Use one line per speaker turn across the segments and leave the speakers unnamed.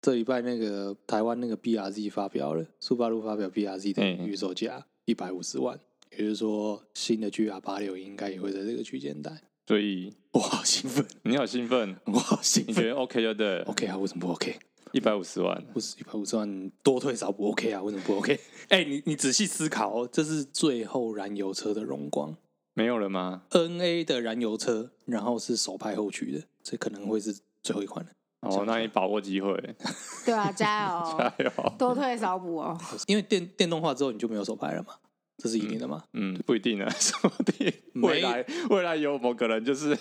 这礼拜那个台湾那个 BRZ 发表了，速八路发表 BRZ 的
嗯
预售价一百五十万，也就是说新的 GR 八六应该也会在这个区间带。
所以
我好兴奋，
你好兴奋，
我好兴
你
奋。
觉得 OK 就对了，
OK 啊，为什么不 OK？
一百五十万，
不是一百五十万多退少补 OK 啊？为什么不 OK？哎、 你你仔细思考、哦，这是最后燃油车的荣光
没有了吗？
，NA 的燃油车，然后是手排后驱的，这可能会是最后一款了。
哦，那你把握机会，
哦
对啊，加油，
加油。
多退少补哦。
因为电电动化之后你就没有手排了嘛，这是一定的嘛。
嗯，不一定啊， 说不定
没
未来未来有某个人就是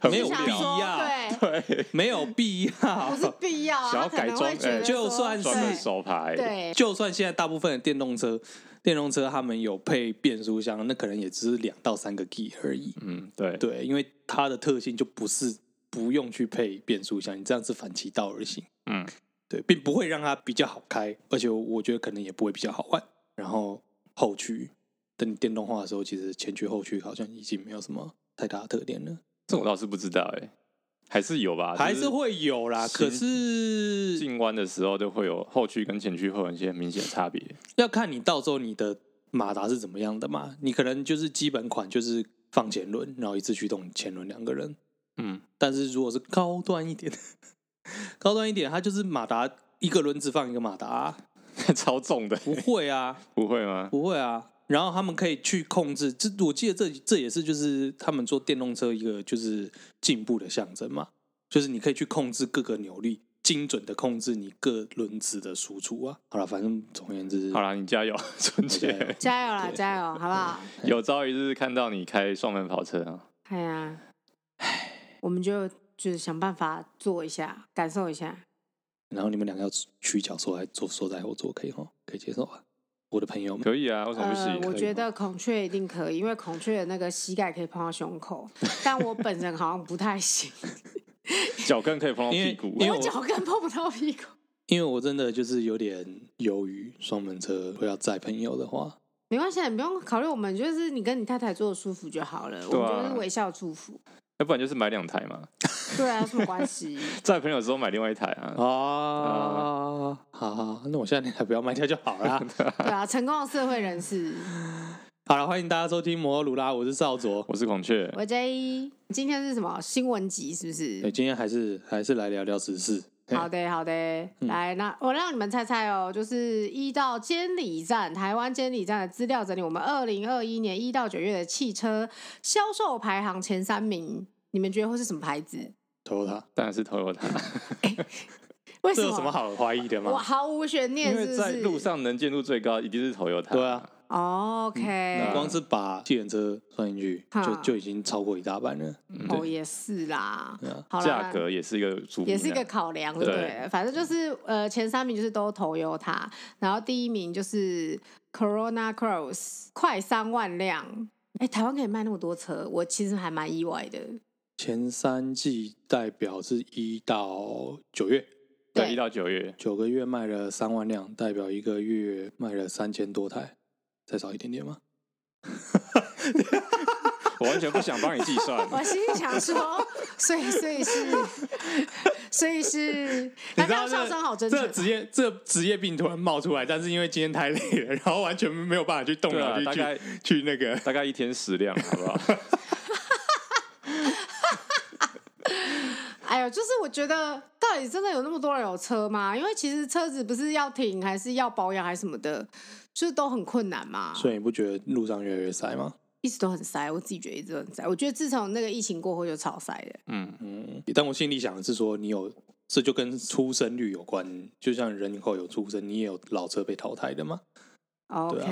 很
没有
无
想
必
聊，
说
要
对，
对，
没有必
不是
要。
必要啊，
想要
他可能
改装
会觉得
哎
就算是
专门
对
手牌，
对，
就算现在大部分的电动车，电动车他们有配变速箱，那可能也只是两到三个 G 而已。
嗯，对，
对，因为它的特性就不是不用去配变速箱，你这样是反其道而行。
嗯，
对，并不会让它比较好开，而且我觉得可能也不会比较好玩。然后后驱，等你电动化的时候，其实前驱后驱好像已经没有什么太大的特点了，
这我倒是不知道，哎，还是有吧，
还是
就
会有啦。可
是
是
进弯的时候就会有后驱跟前驱会有一些明显的差别，
要看你到时候你的马达是怎么样的嘛。你可能就是基本款就是放前轮，然后一次驱动前轮两个人，
嗯，
但是如果是高端一点， 高端一点，它就是马达一个轮子放一个马达啊、
超重的，
不会啊，
不会吗？
不会啊。然后他们可以去控制，这我记得这这也是就是他们做电动车一个就是进步的象征嘛，就是你可以去控制各个扭力，精准的控制你各轮子的输出啊。好了，反正总而言之，
好啦，你加油， 春
我加油
姐，
加油啦，
对
加油，好不好？
有朝一日看到你开双门跑车啊，
哎呀，我们就就是想办法做一下，感受一下。
然后你们两个要取角缩来坐缩在后座可以哈，可以接受吧？我的朋友们，
可以啊，为什么不
呃，
行？
我
以
觉
吗
得孔雀一定可以，因为孔雀的那个膝盖可以碰到胸口，但我本人好像不太行，
脚跟可以碰到
因为
屁股，
因为
我脚跟碰不到屁股。
因为我真的就是有点由于双门车会要载朋友的话，
没关系，啊你不用考虑我们，就是你跟你太太坐的舒服就好了。我
对啊
们就是微笑祝福，
要不然就是买两台嘛，
对啊，有什么关系？
在朋友之后买另外一台啊，
啊，好好，那我现在还不要卖掉就好啦。
对啊，成功的社会人士，
好了，欢迎大家收听摩托鲁拉，我是少卓。
我是孔雀，
我 J 今天是什么新闻集？是
哎、
不是？
今天还是还是来聊聊时事。哎
好的，好的，
嗯
来，那我让你们猜猜哦，就是一到监理站，台湾监理站的资料整理，我们二零二一年一到九月的汽车销售排行前三名，你们觉得会是什么牌子？
，Toyota，
当然是 Toyota。
为
这
什
有什么好怀疑的
我
吗？
毫无悬念，
因
是
为
不
在
是
路上能见度最高一定是 Toyota。
对啊，
哦 OK，、
你嗯光是把计程车算进去，
哈
就就已经超过一大半了。啊
哦，也是啦，好啦
价格也是一个主，
也是一个考量，对不对？反正就是呃，前三名就是都投 o t 然后第一名就是 Corona Cross，快三万辆。哎，台湾可以卖那么多车，我其实还蛮意外的。
前三季代表是一到九月，
对一到九月，
九个月卖了三万辆，代表一个月卖了三千多台，再少一点点吗？
我完全不想帮你计算。
我心里想说， 所以所以是， 所以是，
你
刚
知道
刚
这
上升好真
这个
诚。
职业这个职业病突然冒出来，但是因为今天太累了，然后完全没有办法去动
对
脑
啊，大
去
概
去去那个。
大概一天十辆，好 不好？
哎呦，就是我觉得，到底真的有那么多人有车吗？因为其实车子不是要停，还是要保养，还是什么的，就是都很困难嘛。
所以你不觉得路上越来越塞吗？
一直都很塞，我自己觉得一直都很塞。我觉得自从那个疫情过后就超塞的。
嗯，
嗯，但我心里想的是说，你有这就跟出生率有关，就像人口有出生，你也有老车被淘汰的嘛。
OK，、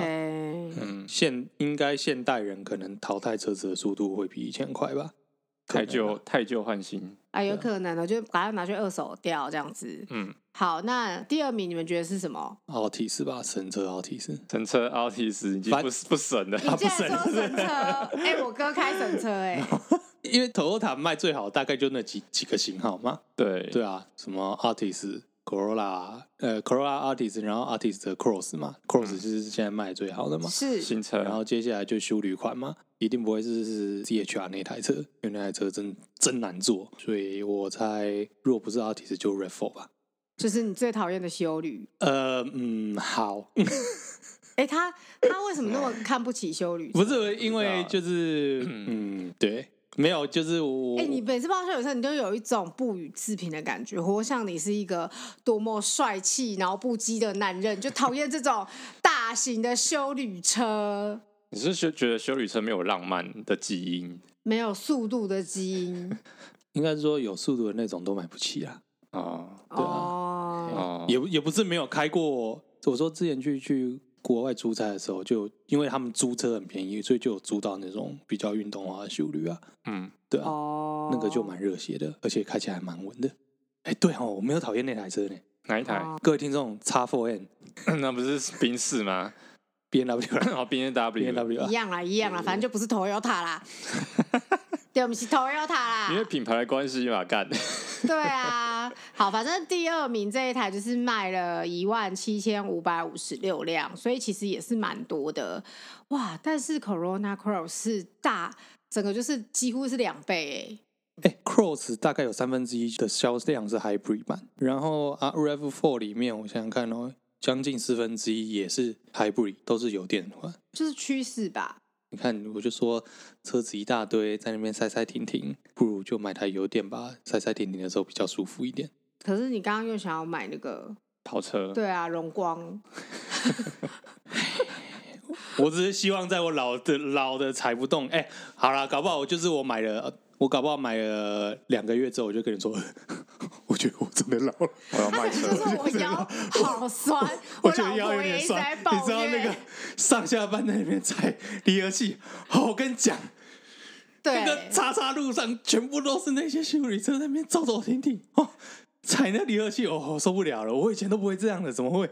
嗯
现应该现代人可能淘汰车子的速度会比以前快吧？可
太
能
旧
啊
太旧换新，
啊，有可能的，就把它拿去二手掉这样子。
嗯，
好，那第二名你们觉得是什么？
奥体是吧？神车奥体是。
乘车 R T 十已经
反
不 啊不省了。
你竟然说神车？哎、我哥开神车哎、
因为 Toyota 卖最好大概就那几几个型号嘛，
对
对啊，什么 Artist、Corolla、呃 Corolla Artist，然后 Artist 的 Cross 嘛，Cross 就是现在卖最好的嘛，
是
新车，
然后接下来就修旅款嘛，一定不会是是 CHR 那台车，因为那台车真真难做，所以我猜若不是 Artist 就 r a f 4吧。
就是你最讨厌的修旅。
呃，嗯，好，
哎、他他为什么那么看不起修旅？
不是因为就是嗯，对，没有，就是我，
哎、你每次报修旅车，你都有一种不予置评的感觉，活像你是一个多么帅气然后不羁的男人，就讨厌这种大型的修旅车，
你是觉觉得修理车没有浪漫的基因
没有速度的基 因。
应该说有速度的那种都买不起啊，
哦
哦，
哦，
也不也不是没有开过。我说之前去去国外出差的时候，就因为他们租车很便宜，所以就有租到那种比较运动化的修旅啊，
嗯，
对啊，
哦，
那个就蛮热血的，而且开起来还蛮稳的。哎、对哦，我没有讨厌那台车呢。
哪一台？
哦
各位听众，x Four N
那不是宾士吗？
B N W 啊
然后哦 B N
B
W，
N W 啊
一，样啦，一样啦，反正就不是 Toyota 啦。 对，我们是 Toyota 啦。
因为品牌的关系嘛，干。
对啊，好，反正第二名这一台就是卖了一万七千五百五十六辆，所以其实也是蛮多的哇。但是 Corona Cross 是大，整个就是几乎是两倍欸
哎、c r o s s 大概有三分之一的销量是 Hybrid 版，然后啊 Rav Four 里面，我想想看哦，将近四分之一也是 Hybrid，都是油电款。
欸，就是趋势吧。
你看，我就说车子一大堆，在那边塞塞停停，不如就买台油电吧，塞塞停停的时候比较舒服一点。
可是你刚刚又想要买那个，
跑车，
对啊，荣光，
我只是希望在我老的老的踩不动，哎、好啦，搞不好我就是我买了，呃我搞不好买了两个月之后，我就跟你说， 我觉得我真的老了，
我要
他
卖
可能
车
就。说我腰好酸，
觉
老
得腰有
婆也
点
一直
酸
在，
你
抱
知道那
怨
个上下班在那边踩离合器，好，我跟你讲，
对
那个叉叉路上全部都是那些修理车在那边走走停停，哦，踩那离合器，哦，我受不了了，我以前都不会这样的，怎么会？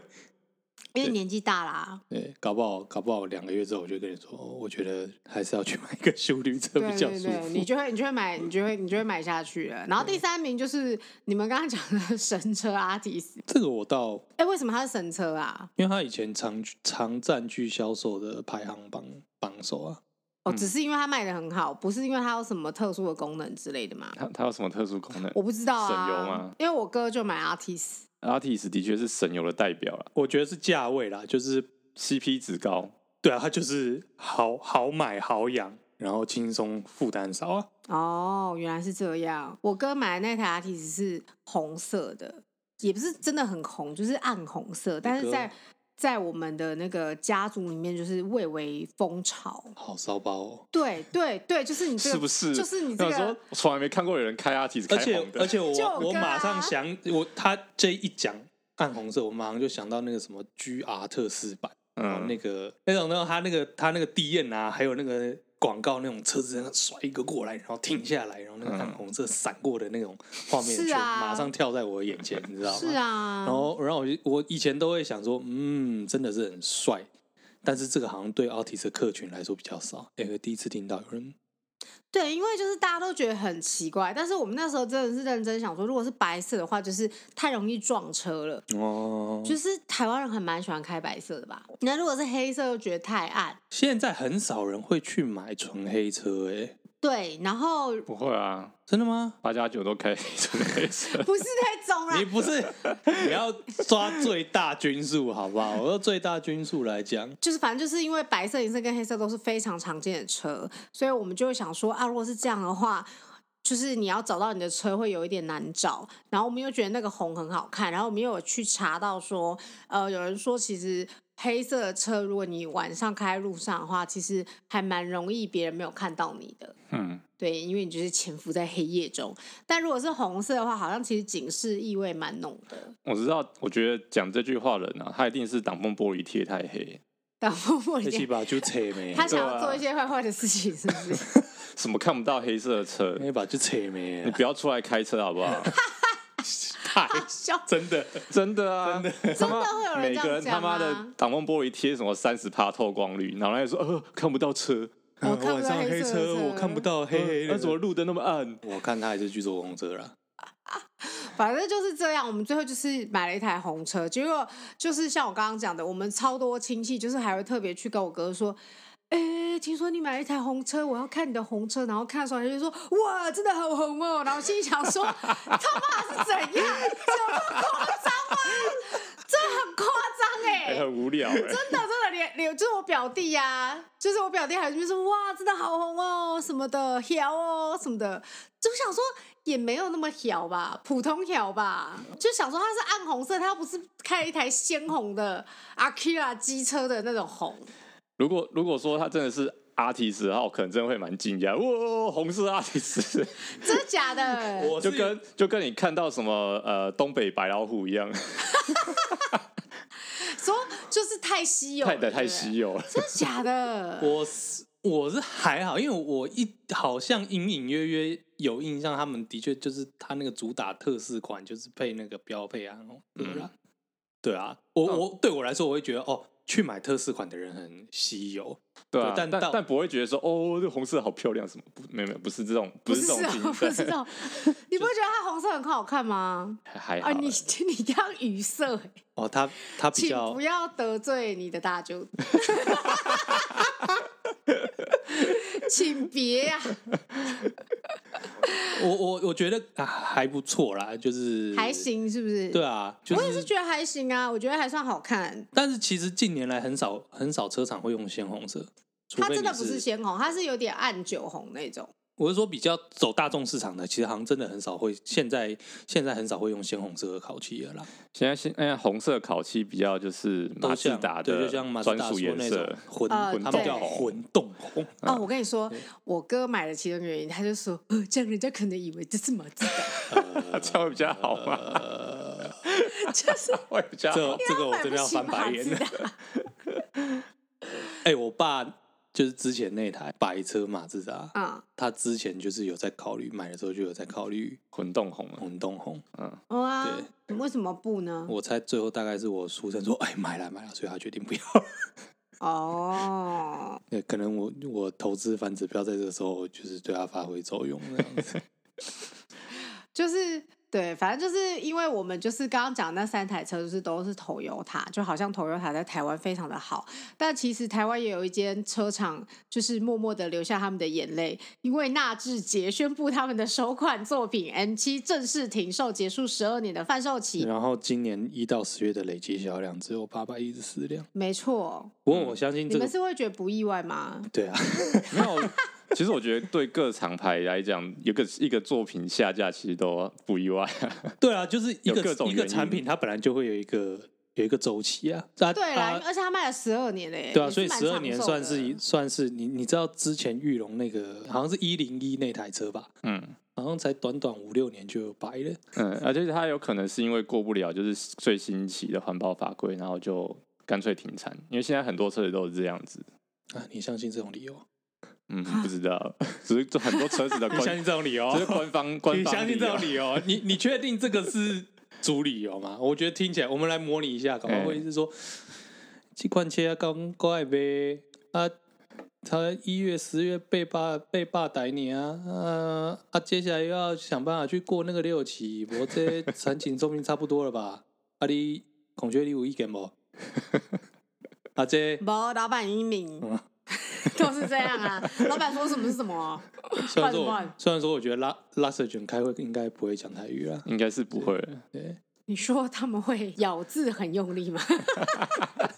因为年纪大啦，
对，搞不好搞不好两个月之后，我就跟你说，哦我觉得还是要去买一个修旅车
对
比较
对
舒
对，
服
你。就会你就会买，你就会你就会买下去了。然后第三名就是你们刚刚讲的神车阿提斯，
这个我倒，
哎，为什么它是神车啊？
因为他以前常常占据销售的排行榜榜首啊。
哦，只是因为它卖的很好，不是因为它有什么特殊的功能之类的嘛？
它它有什么特殊功能
我不知道
省油
啊
吗，
因为我哥就买阿提斯，
？Artis 的确是省油的代表了
我觉得是价位啦，就是
，CP 值高。
对啊，它就是好好买好养，然后轻松负担少啊。
哦，原来是这样。我哥买的那台 RT 只是红色的，也不是真的很红，就是暗红色。但是
哥
在在我们的那个家族里面，就是蔚为风潮。
好骚包哦！
对对对，就是你这个，
是不是？
就是你这
我想说
个，
我从来没看过有人开 Artis
而
开
且
红的，
而且我
就有
我
歌啊
马上想我他这一讲暗红色，我马上就想到那个什么 GR 特仕版。然后
嗯，
哦那个那种那种他那个他那个地燕啊，还有那个广告那种车子那样甩一个过来，然后停下来，然后那个
嗯
暗红色闪过的那种画面，
是
全
啊
马上跳在我眼前，你知道吗？
是。啊，
然后然后我就我以前都会想说，嗯，真的是很帅，但是这个好像对 Altis 的客群来说比较少。哎，我第一次听到有人
对，因为就是大家都觉得很奇怪，但是我们那时候真的是认真想说，如果是白色的话，就是太容易撞车了。
哦，
就是台湾人很蛮喜欢开白色的吧？那如果是黑色，又觉得太暗。
现在很少人会去买纯黑车，哎，
对，然后
不会啊，
真的吗？
八加九都可以纯黑色。
不是那种啦
你，不是 你要抓最大均数好不好？我用最大均数来讲。
就是反正就是因为白色、银色跟黑色都是非常常见的车，所以我们就会想说啊，如果是这样的话。就是你要找到你的车会有一点难找，然后我们又觉得那个红很好看，然后我们又有去查到说，呃，有人说其实黑色的车，如果你晚上开在路上的话，其实还蛮容易别人没有看到你的。
嗯，
对，因为你就是潜伏在黑夜中。但如果是红色的话，好像其实警示意味蛮浓的。
我知道，我觉得讲这句话的人啊，他一定是挡风玻璃贴太黑，
但默默
黑七
里，
把就扯没，
他想要
对啊
做一些坏坏的事情，是不 是？
什么看不到黑色的 车，
黑把就扯没啊
你，不要出来开车好不好？
太
笑
真的
真的啊，他妈
真的会有人
每
这样
个人他妈
讲
的
吗
挡风玻璃贴什么三十帕透光率，然后他就说呃看不到车，呃
我看不
晚
到
上
黑
黑
色呃的
车我看不
哦
到黑黑
那
的，
怎么？路灯那么暗？
我看他还是去坐公车了，
反正就是这样。我们最后就是买了一台红车，结果就是像我刚刚讲的，我们超多亲戚就是还会特别去跟我哥说。哎、听说你买了一台红车，我要看你的红车。”然后看的时候，他就说：“哇，真的好红哦！”然后心里想说：“ 他妈是怎样？有多夸张吗？这很夸张哎、
哎很无聊哎、
真的真的连连就是我表弟呀、就是我表弟还就是说哇，真的好红哦什么的，摇哦什么的，就想说也没有那么摇吧，普通摇吧，就想说它是暗红色，它又不是开了一台鲜红的 Akira 机车的那种红，
如果如果说他真的是阿提斯的话，我可能真的会蛮惊讶。哇，红色阿提斯，
真的假的？
我
就是跟就跟你看到什么呃东北白老虎一样，
说就是太稀有了，
太的太
有，
稀有了。
真的假的？
我是我是还好，因为我一好像隐隐约约有印象，他们的确就是他那个主打特仕款，就是配那个标配啊，对啦，
嗯
对啊，我、
嗯
我对我来说，我会觉得哦，去买特仕款的人很稀有，
对啊，
但
但
到
但不会觉得说哦，这红色好漂亮什么？不，没有没有，不是这种，
不
是
是
这种
哦，
评
不
分，
是这种，你不会觉得它红色很好看吗？
还还好
啊，
啦。
你你这样语塞欸、
哦，他他比
请
较
不要得罪你的 大舅，请别啊呀、
我我我觉得、啊、还不错啦，就是
还，行是不是？
对啊，就
我也是
是。
觉得还行啊，我觉得还算好看。
但是其实近年来很少很少车厂会用鲜红色，除
它
非
真
你
的不是鲜红，它是有点暗酒红那种。
我是说比较走大众市场的，其实好像真的很少会，现在现在很少会用鲜红色的烤漆了啦，
现在现现在红色烤漆比较就是马
都
自
像
达
对，
的
就像马自
专
达
属
说
颜
那
色
种，混，
呃
他们叫
对
混动红，
哦，我跟你说，我哥买了其中一个原因，他就说，呃，这样人家可能以为这是马自达，
这样会比较好吗？
就是
会比较
呃这
好。
这哦个我
买
真
不
的要
起
翻白
马
眼
自。达。
哎、我爸就是之前那台白车马自达，
啊、
他之前就是有在考虑买的时候就有在考虑
混动红啊，
混动红，
嗯哇，为什么不呢？
我猜最后大概是我叔称说，哎、买了买了，所以他决定不要。
哦，
对，可能我我投资反指标在这个时候就是对它发挥作用这样子。
就是对，反正就是因为我们就是刚刚讲那三台车，就是都是 Toyota，就好像 Toyota 在台湾非常的好，但其实台湾也有一间车厂，就是默默的流下他们的眼泪，因为纳智捷宣布他们的首款作品 M 七正式停售，结束十二年的贩售期。
然后今年一到十月的累计销量只有八百一十四辆，
没错，
不过我相信
你
嗯这个
们是会觉得不意外吗？
对啊，
没有。其实我觉得对各厂牌来讲，有个一个作品下架，其实都不意外。
对啊，就是一
有
个
各种
一个
原
产
因
品它本来就会有一个有一个周期啊，啊
对啦，
啊
而且他卖了十二年嘞、
对啊，
也
所以
蛮
十二
长
年
寿
算
的
是一算是你你知道之前玉龙那个好像是一零一那台车吧，
嗯
好像才短短五六年就有白了，
嗯，而且它有可能是因为过不了就是最新期的环保法规，然后就干脆停产。因为现在很多车子都是这样子。
啊，你相信这种理由？
嗯，不知道， 只是很多车子 的官，只
这种理由
是官方官
你
方
相信这种
理
理
由
由？你你确定这个是主理由吗？我觉得听起来，我们来模拟一下，搞不好
嗯
会是说，这款车啊，刚怪呗啊，他一月、十月被霸被霸逮你啊，啊啊，接下来又要想办法去过那个六期，我这产品寿命差不多了吧？ 啊你孔雀你有意见不？啊这
不，老板英明， 都是这样啊。老板说什么是什么，
虽然说我
换换
虽然说我觉得拉拉瑟卷开会应该不会讲台语啊啦，
应该是不会。
对，
你说他们会 咬字很用力吗？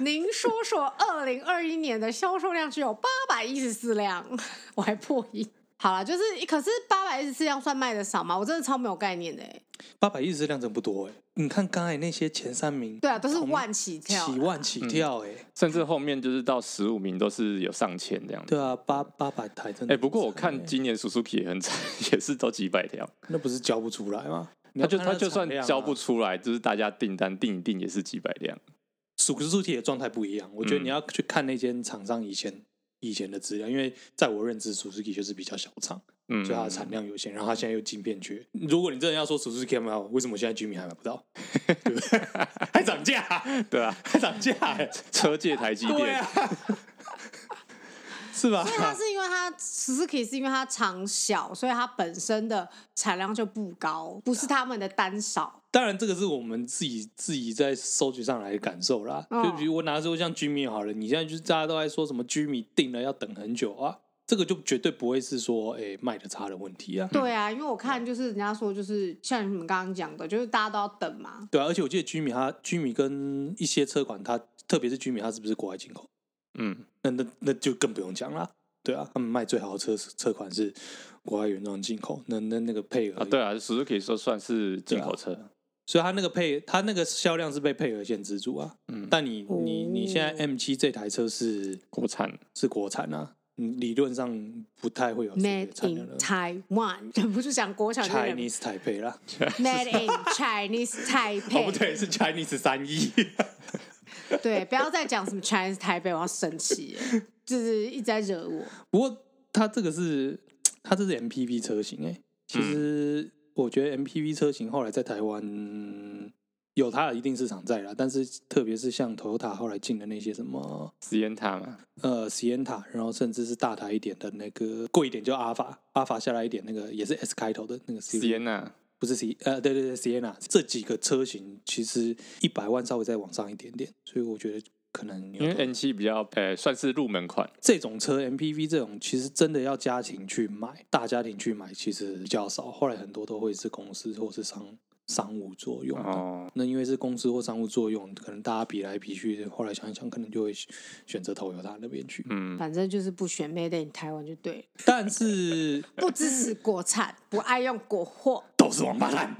您说说，二零二一年的销售量只有八百一十四辆， 我还破亿。好了，就是可是八百一十四辆算卖的少吗？我真的超没有概念的、欸。
八百一十量真不多哎、你看刚才那些前三名，
对啊，都是
同
万起跳。
起万起跳哎、
甚至后面就是到十五名都是有上千这样子。
对啊，八八百台真
哎、
的。
不过我看今年 Suzuki 也很惨，也是都几百条。
那不是交不出来吗？你
他
要
就
看
他就算
产量啊
交不，出来，就是大家订单订一订也是几百 辆。
数字数体的状态不一样。我觉得
嗯
你要去看那间厂商以前以前的资料，因为在我认知，数字体就是比较小厂，
嗯，
所以它的产量有限。然后它现在又晶片缺，如果你真的要说数字体买好，为什么现在居民还买不 到？对不对？还涨价、
对啊，
还涨价、欸，
车界台积
对
电，
啊。是吧
所以？它是因为它 Suzuki 是因为它长小，所以它本身的产量就不高，不是他们的单少。
当然，这个是我们自己自己在收集上来的感受啦。
嗯
就比如我拿出像居民好了，你现在就是大家都在说什么居民定了要等很久啊，这个就绝对不会是说哎、卖的差的问题啊。
对啊，因为我看就是人家说就是像你们刚刚讲的，就是大家都要等嘛。
对啊，而且我记得居米它居米跟一些车款它，特别是居米它是不是国外进口？
嗯，
那那那就更不用讲啦。对啊，他们卖最好的车车款是国外原装进口，那那那个配额
啊，对啊，Suzuki 说算是进口车，
啊所以它那个配它那个销量是被配额限制住啊。
嗯，
但你你你现在
哦
M 七这台车是
国产，
是国产啊，你理论上不太会有自己
Made
的产量
in
的
Taiwan，忍 不住讲国产就忍
Chinese 台配啦。
Made in Chinese
哦，不
Taipei，
对，是 Chinese 三一。
对，不要再讲什么 Chinese Taipei，我要生气了，就是一直在惹我。
不过它这个是它这是 MPV 车型哎、其实我觉得 MPV 车型后来在台湾嗯有它的一定市场在啦，但是特别是像 Toyota 后来进的那些什么
实验塔嘛，
呃 Sienta，然后甚至是大台一点的那个贵一点就阿法，阿法下来一点那个也是 S 开头的那个 C
实验呐，
不是 C 呃对对对 Sienna 这几个车型其实一百万稍微再往上一点点，所以我觉得可能有
因为 N 七比较呃算是入门款，
这种车 MPV 这种，其实真的要家庭去买，大家庭去买其实比较少。后来很多都会是公司或是商商务作用的。
哦，
那因为是公司或商务作用，可能大家比来比去，后来想一想，可能就会选择投 o 他那边去。
嗯，
反正就是不选 Made in 台湾就对了，
但 是
不支持国产，不爱用国货。
都是王八蛋，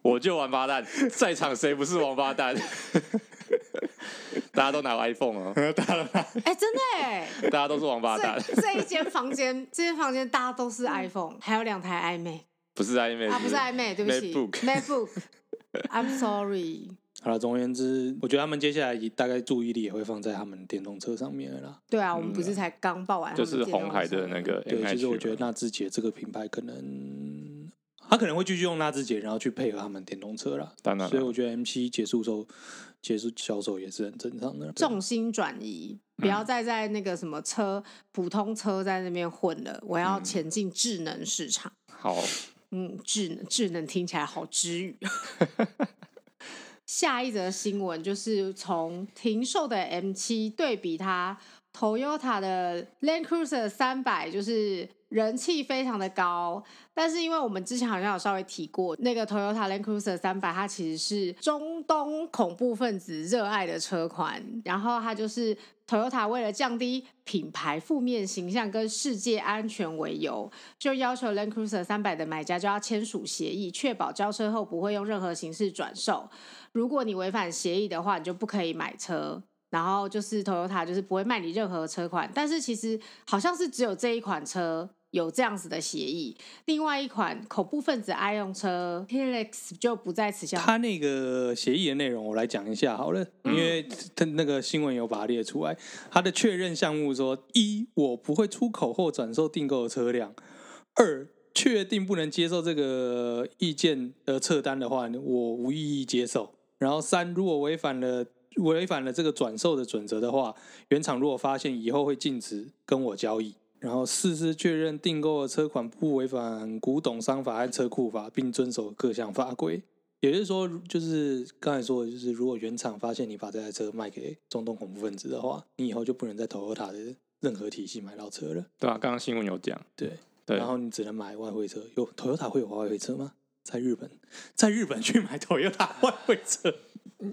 我就王八蛋， 在场谁不是王八蛋？ 大家都拿 iPhone 哦，
哎、真的哎、
大家都是王八蛋，
这这一间房间，这间房间大家都是
嗯
iPhone，、还有两台 iMac
不是 iMac，
啊，不是 iMac，对不起
嗯 MacBook
，MacBook，I'm sorry。
好了，总而言之，我觉得他们接下来也大概注意力也会放在他们电动车上面了啦。
对啊，我们不是才刚报完他
就
们
是
电动
红海的那个
对，其
NH
实我觉得
嘛
纳智捷这个品牌可能，他可能会继续用纳智捷，然后去配合他们电动车啦。
当然
所以
了，
我觉得 M 七结束之后，结束销售也是很正常的。
重心转移，不要再在那个什么车、普通车在那边混了，我要前进智能市场。
好，
嗯，智能智能听起来好知语。 下一则新闻就是从停售的 M 七对比它 Toyota 的 Land Cruiser 三百，就是人气非常的高。但是因为我们之前好像有稍微提过，那个 Toyota Land Cruiser 三百，它其实是中东恐怖分子热爱的车款，然后它就是 Toyota 为了降低品牌负面形象跟世界安全为由，就要求 Land Cruiser 三百的买家就要签署协议，确保交车后不会用任何形式转售。如果你违反协议的话，你就不可以买车。然后就是 Toyota 就是不会卖你任何车款，但是其实好像是只有这一款车有这样子的协议，另外一款恐怖分子爱用车 Helix 就不在此项。
他那个协议的内容，我来讲一下好了，因为他那个新闻有把它列出来。他的确认项目说：一，我不会出口或转售订购的车辆；二，确定不能接受这个意见的撤单的话，我无异议接受。然后三，如果违反了违反了这个转售的准则的话，原厂如果发现以后会禁止跟我交易。然后四是确认订购的车款不违反古董商法和车库法，并遵守各项法规。也就是说，就是刚才说的，就是如果原厂发现你把这台车卖给中东恐怖分子的话，你以后就不能在 Toyota 的任何体系买到车了。
对啊，刚刚新闻有讲，
对，
对
然，后你只能买外汇车。有 Toyota 会有外汇车吗？在日本，在日本去买 Toyota 外汇车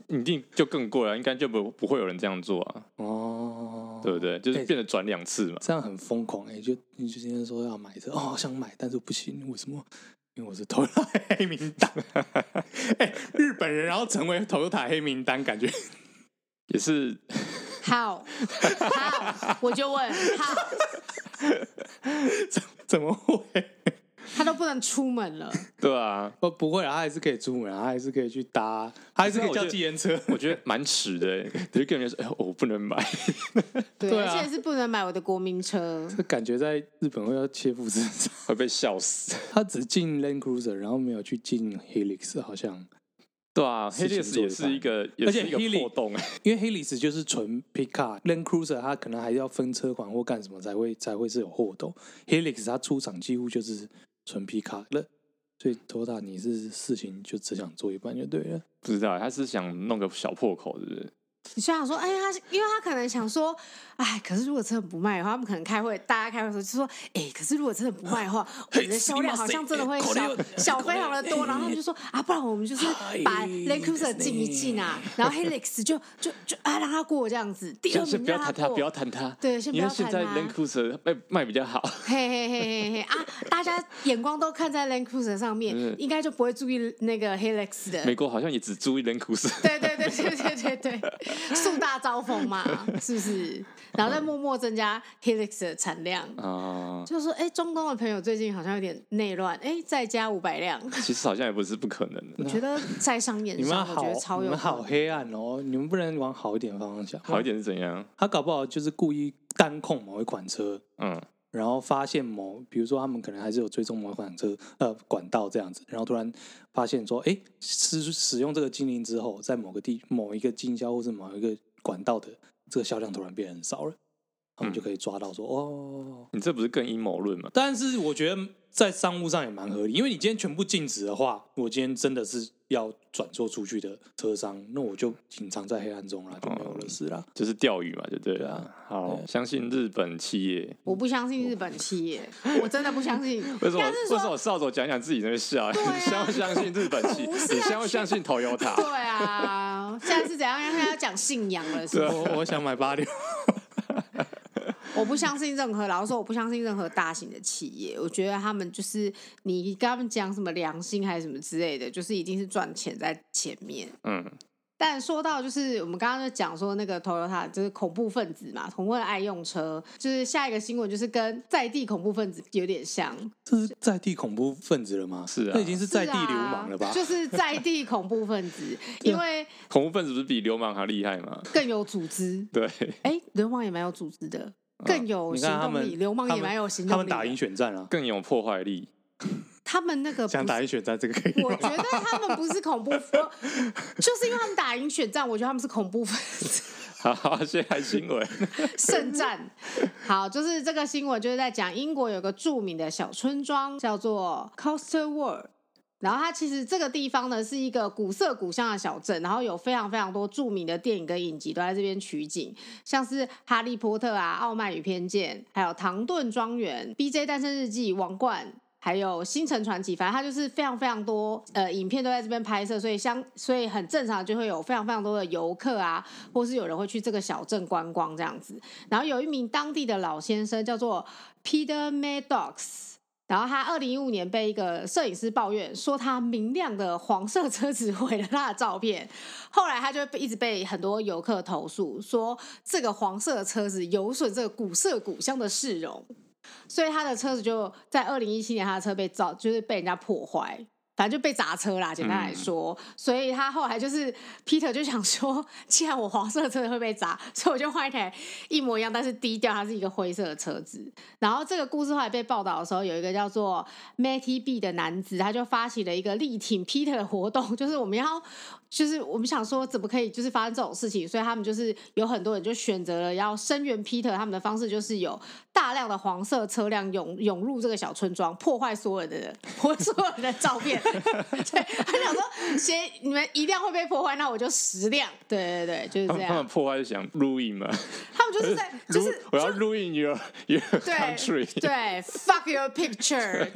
一定就更贵啊了，应该就不不会有人这样做啊，
哦，
对不对？就是
哎
变得转两次嘛，
这样很疯狂哎、就你就今天说要买车，哦，好想买，但是不行，为什么？因为我是 Toyota 黑名 单，哎、日本人然后成为 Toyota 黑名单，感觉
也是
好，好，我就问，好，
怎么会？
他都不能出门了。
对啊，
不不会啊，他还是可以出门啊，他还是可以去搭，他还是可以叫计程车。
我觉得蛮耻的欸，有一个人就说：“哎、我不能买。
对，
对啊
而且是不能买我的国民车。
这感觉在日本会要切腹自杀。”
会被笑死。
他只进 Land Cruiser，然后没有去进 Helix，好像
对啊
事情
，Helios
做一
也是一个，也
而且
是一个
Helix-
破洞哎、
因为黑历史就是纯 Pickup Land Cruiser，它可能还要分车款或干什么才会才会是有货斗。Helix 它出厂几乎就是纯 Pickup 了，所以 Toyota 你是事情就只想做一半就对了。
不知道他是想弄个小破口，是不是？
你虽然说，哎，他因为他可能想说，哎，可是如果真的不卖的话，他们可能开会，大家开会的时候就说，哎，可是如果真的不卖的 话，我们的销量好像真的会小小非常的多。然后他们就说，啊，不然我们就是
哎
把 Land Cruiser 进一进啊，然后 Helix 就就就啊让他过这样子，第二
先
名
不要
让他
谈他，
过
不。要谈他。
对先不
因
要
为
谈他
现在 Land Cruiser 卖卖比较好，
嘿嘿嘿嘿嘿啊！大家眼光都看在 Land Cruiser 上面
嗯，
应该就不会注意那个 Helix 的。
美国好像也只注意 Land Cruiser。
对对对对对对对，树大招风嘛，是不是？然后再默默增加 Helix 的产量。
嗯
啊、
就是说，哎、中东的朋友最近好像有点内乱，哎、再加五百辆，
其实好像也不是不可能
嗯
我
的，
觉得在商言
啊你们
商，我
好
觉得，超
你
有
们
可
好
能。
黑暗哦！你们不能往好一点方向想。
好一，点是怎样？
他搞不好就是故意单控某一款车，
嗯，
然后发现某，比如说他们可能还是有追踪某款车呃管道这样子，然后突然发现说，哎，使使用这个精灵之后，在某个地某一个经销或是某一个管道的这个销量突然变很少了，他们
嗯
就可以抓到说，哦。
你这不是更阴谋论吗？
但是我觉得在商务上也蛮合理，因为你今天全部禁止的话，我今天真的是要转售出去的车商，那我就隐藏在黑暗中啦，就没有
哦
了事啦。
就是钓鱼嘛，就对
对
了。
啊
好，
对
相信日本企业。
我不相信日本企业，我真的不 相信。
为什么？
但是
为什
说，
么少佐讲讲自己在那边笑？
啊
你相不相信日本 企业？
不是啊
你相不相信 Toyota？
对啊，现在是怎样？现在要讲信仰了，是不是？
我我想买八六，
我不相信任何，老实说，我不相信任何大型的企业。我觉得他们就是你跟他们讲什么良心还是什么之类的，就是一定是赚钱在前面。
嗯，
但说到就是我们刚刚就讲说那个 Toyota 就是恐怖分子嘛，恐怖分子爱用车，就是下一个新闻就是跟在地恐怖分子有点像，
这是在地恐怖分子了吗？
是啊
那已经是在地
是啊
流氓了吧？ 啊
就是在地恐怖分子，因为
恐怖分子不是比流氓还厉害吗？
更有组织，
对，
哎，流氓也蛮有组织的，更有
嗯你
行
看他
动
们
力，，流氓
他
也
们
蛮有行
他
动
们
力的。
打赢选战啊，
更有破坏力。
他们那个不
想
是
打赢选战，这个可以
我
吗？
觉得他们不是 恐怖，我就是因为他们打赢选战，我觉得他们是恐怖分子
好，谢谢 新闻。
圣战。好，就是这个新闻就是在讲英国有个著名的小村庄叫做 Coster Ward。然后它其实这个地方呢是一个古色古香的小镇，然后有非常非常多著名的电影跟影集都在这边取景，像是《哈利波特》啊，《傲慢与偏见》，还有《唐顿庄园》、《BJ 诞生日记》、《王冠》。还有《星辰传奇》，反正它就是非常非常多呃影片都在这边拍摄，所以相所以很正常就会有非常非常多的游客啊，或是有人会去这个小镇观光这样子。然后有一名当地的老先生叫做 Peter Maddox，然后他二零一五年被一个摄影师抱怨说，他明亮的黄色车子毁了他的照片。后来他就被一直被很多游客投诉说，这个黄色的车子有损这个古色古香的市容，所以他的车子就在二零一七年，他的车被造就是被人家破坏。反正就被砸车啦，简单来说，所以他后来就是 Peter 就想说，既然我黄色车子会被砸， 所以我就换一台一模一样，但是低调，它是一个灰色的车子。然后这个故事后来被报道的时候，有一个叫做 Matty B 的男子，他就发起了一个力挺 Peter 的活动，就是我们要，就是我们想说怎么可以就是发生这种事情，所以他们就是有很多人就选择了要声援 Peter，他们的方式就是有大量的黄色车辆涌涌入这个小村庄，破坏所有的人，破坏所有人的照片。 对，他想说，谁你们一辆会被破坏，那我就十辆。对对对，就是
他
这
们 他们
样。
破坏是想录影嘛？
他们就是在就
录
是
我要录影 your your
对
country。
对，fuck your picture，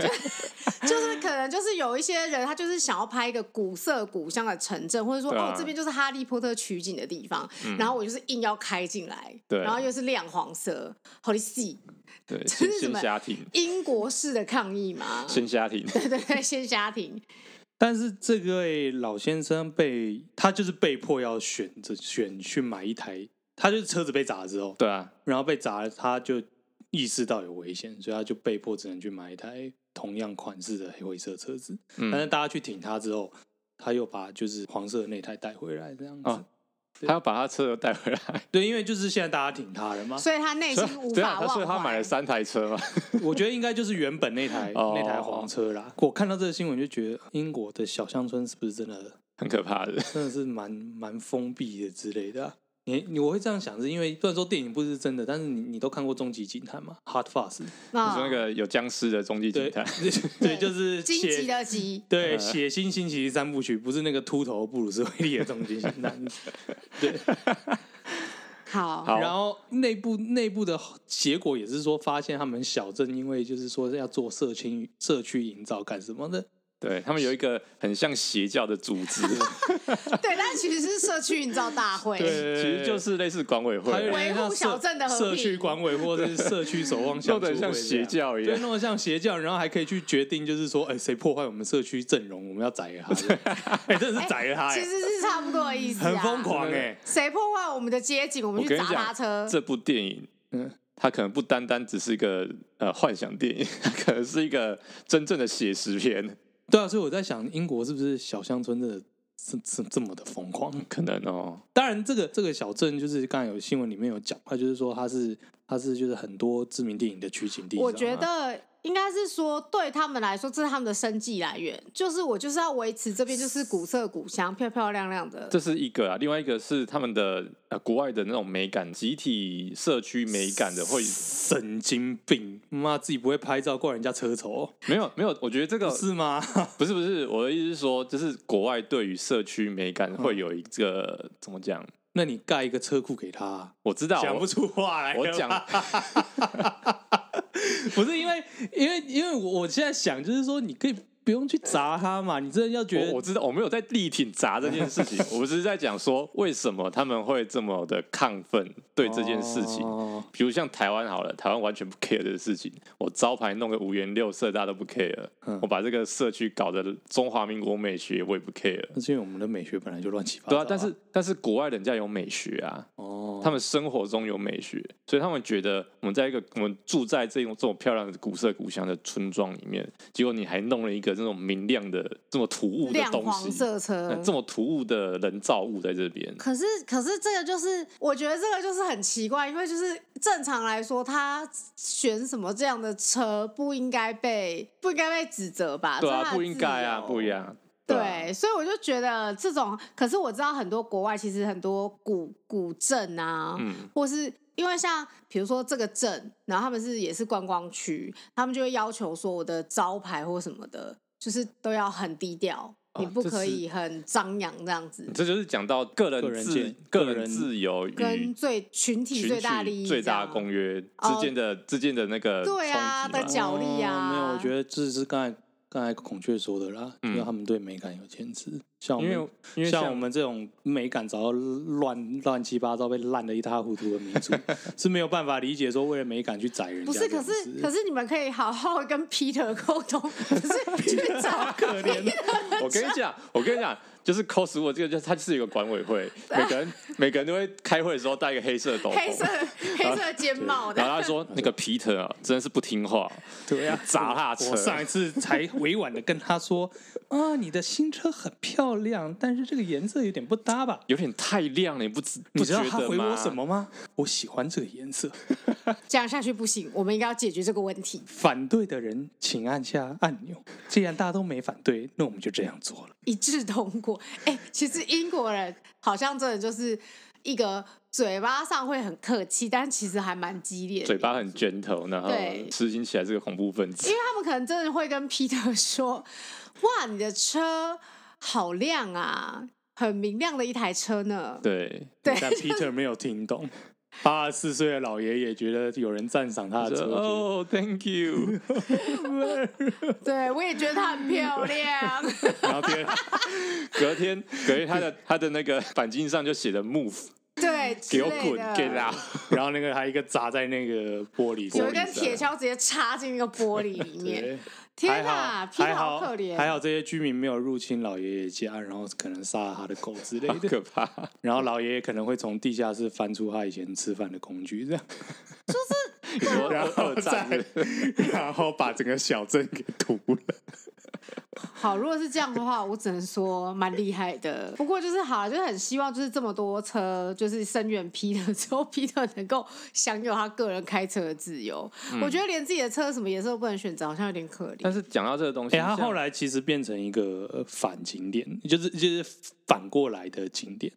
就就是可能就是有一些人，他就是想要拍一个古色古香的城镇，或者说、
对啊嗯
哦这边就是哈利波特取景的地方，然后我就是硬要开进来，
对
然后又是亮黄色，Holy See，
对，
这
先
是嗯什
先
么
瞎停，
英国式的抗议嘛，
先瞎停。
对对对，先家庭，
但是这位老先生被他就是被迫要选择选去买一台，他就是车子被砸了之后，
对啊，
然后被砸了，他就意识到有危险，所以他就被迫只能去买一台同样款式的黑灰色车子。
嗯
但是大家去挺他之后，他又把就是黄色的那台带回来，这样子。
哦他要把他车带回来，
对，因为就是现在大家挺他了嘛，
所以他内
所
心
以
无
啊对啊
法
他所以
忘
他买
怀
了。三台车嘛。
我觉得应该就是原本那台
哦
那台黄车啦。我看到这个新闻就觉得，英国的小乡村是不是真的
很可怕
嗯
的。
真的是蛮蛮封闭的之类的啊、你你我会这样想，是因为虽然说电影不是真的，但是你你都看过《终极警探》吗？Hard Fast，
你
那
说那个有僵尸的终极警
对
探， 嗯
对，就是
荆
写
棘的棘，
对，血腥星期三部曲不是那个秃头布鲁斯威利的终极型男，
好，
好
然后内部内部的结果也是说，发现他们小镇因为就是说要做社区社区营造干什么的，
对他们有一个很像邪教的组织，
对，但其实是社区营造 大会，
对
其实就是类似管委会，啊
还有点像
维护小镇的和
社
平
区管委或者是社区守望相助
弄得
会这
像
样，
邪教一
对，
样。
弄得像邪教，然后还可以去决定，就是说，哎，谁破坏我们社区阵容，我们要宰了他 这样，哎，真的是宰了他，
其
哎，
实是差不多的意思、啊，
很疯狂
欸对对
哎，
谁破坏我们的街景，我们
我
去
跟你
砸他
讲
车，，
这部电影，
嗯
它可能不单单只是一个呃幻想电影，它可能是一个真正的写实片，
对啊，所以我在想，英国是不是小乡村真的是这这么的疯狂？
可能哦。
当然，这个这个小镇就是刚才有新闻里面有讲，它就是说它是它是就是很多知名电影的取景
啊
地。
我
你知道
觉
吗
得应该是说，对他们来说，这是他们的生计来源。就是我就是要维持这边就是古色古香、漂漂亮亮的。
这是一个啊，另外一个是他们的呃国外的那种美感，集体社区美感的会
神经病，妈自己不会拍照，怪人家车丑
没有没有，我觉得这个
是吗？
不是不是我的意思是说，就是国外对于社区美感
嗯
会有一个、怎么讲？
那你盖一个车库给他，
我知道，
讲不
我
出话来了吧。
我讲
不是因为因为因为我我现在想就是说，你可以不用去砸他嘛，你真的要觉
我
得
我知道，我没有在力挺砸这件事情，我只是在讲说为什么他们会这么的亢奋对这件事情。
哦
比如像台湾好了，台湾完全不 care 的事情，我招牌弄个五颜六色，大家都不 care。
嗯
我把这个社区搞得中华民国美学，我也不 care。
那是因为我们的美学本来就乱七八糟。
啊对啊，但是但是国外人家有美学啊，
哦，
他们生活中有美学，所以他们觉得我们在一个我们住在这种这种漂亮的古色古香的村庄里面，结果你还弄了一个这种明亮的、这么突兀的
亮
东
黄
西，
色车
呃，这么突兀的人造物在这边，
可是，可是这个就是，我觉得这个就是很奇怪，因为就是正常来说，他选什么这样的车不应该被不应该被指责吧？
对
这是
啊，
他的
不应该啊，
自由
不一。样，啊
对，所以我就觉得这种，可是我知道很多国外其实很多古古镇啊，
嗯，
或是因为像比如说这个镇，然后他们是也是观光区，他们就会要求说我的招牌或什么的，就是都要很低调，
啊
你不
这
可
是
以很张扬这样子，
这就是讲到个
个
人
人
自
见
个
个
人
人
自由
跟
与
最群体
群
最大利
体
益
最
这
大
样
公约之
哦
间的之间的那个
对啊
冲击嘛
的角力啊
哦没有，我觉得这是刚才刚才孔雀说的啦，
嗯
因为他们对美感有坚持，像我
因为
们
因为
像我们这种美感早到乱乱七八糟被烂的一塌糊涂的民 族是没有办法理解说为了美感去宰人家
不
这
是，
种
可
事。
是可是你们可以好好跟 Peter 沟通， 不是去 找
可怜，啊
我跟你讲，我跟你讲，就是 cos 我这个，就是它就是一个管委会，每个人每个人都会开会的时候戴一个黑色的斗篷，
黑色黑色尖帽
然
的，
后他说那个皮特啊，真的是不听话，
对呀、
砸他车
我上一次才委婉的跟他说，啊，你的新车很漂亮，但是这个颜色有点不搭吧？
有点太亮了，你不知
你
不
知
觉
道他
得
回我
吗？
什？么吗？我喜欢这个颜色。
这样下去不行，我们应该要解决这个问题。
反对的人请按下按钮。既然大家都没反对，那我们就这样做了。
一致通过。 哎、其实英国人好像真的就是一个嘴巴上会很客气，但其实还蛮激烈的
嘴巴很 gentle，然后
对
吃惊起来是个恐怖分
因
子
为，他们可能真的会跟 Peter 说：“ 哇，你的车好亮啊，很明亮的一台 车呢。
对，
对
但 Peter 没有听懂。八十四岁的老爷爷觉得有人赞赏他
他
的
说
车，
哦，thank you，
对”我也觉得它很漂亮。
然后第二
隔天隔天他的他的那个钣金上就写的 move，
对，
给我
之类
滚
的
，get out，
然后那个还一个砸在那个玻璃上，
有一根铁锹直接插进那个玻璃里面。
对，
天
还
哪
好
，Peter
还
好
好
可怜。哦
还好这些居民没有入侵老爷爷家，然后可能杀了他的狗之类
好
的，
可怕。
然后老爷爷可能会从地下室翻出他以前吃饭的工具，这样，
你说
然后
二战
再
是不是
然后把整个小镇给屠了。
好，如果是这样的话，我只能说蛮厉害的。不过就是好，就是很希望就是这么多车，就是深远 Peter 之后，Peter 能够享有他个人开车的自由。我觉得连自己的车什么颜色都不能选择，好像有点可怜
但。是讲到这个东 西，
哎、它
像
后来其实变成一个呃反景点，就是就是反过来的景点。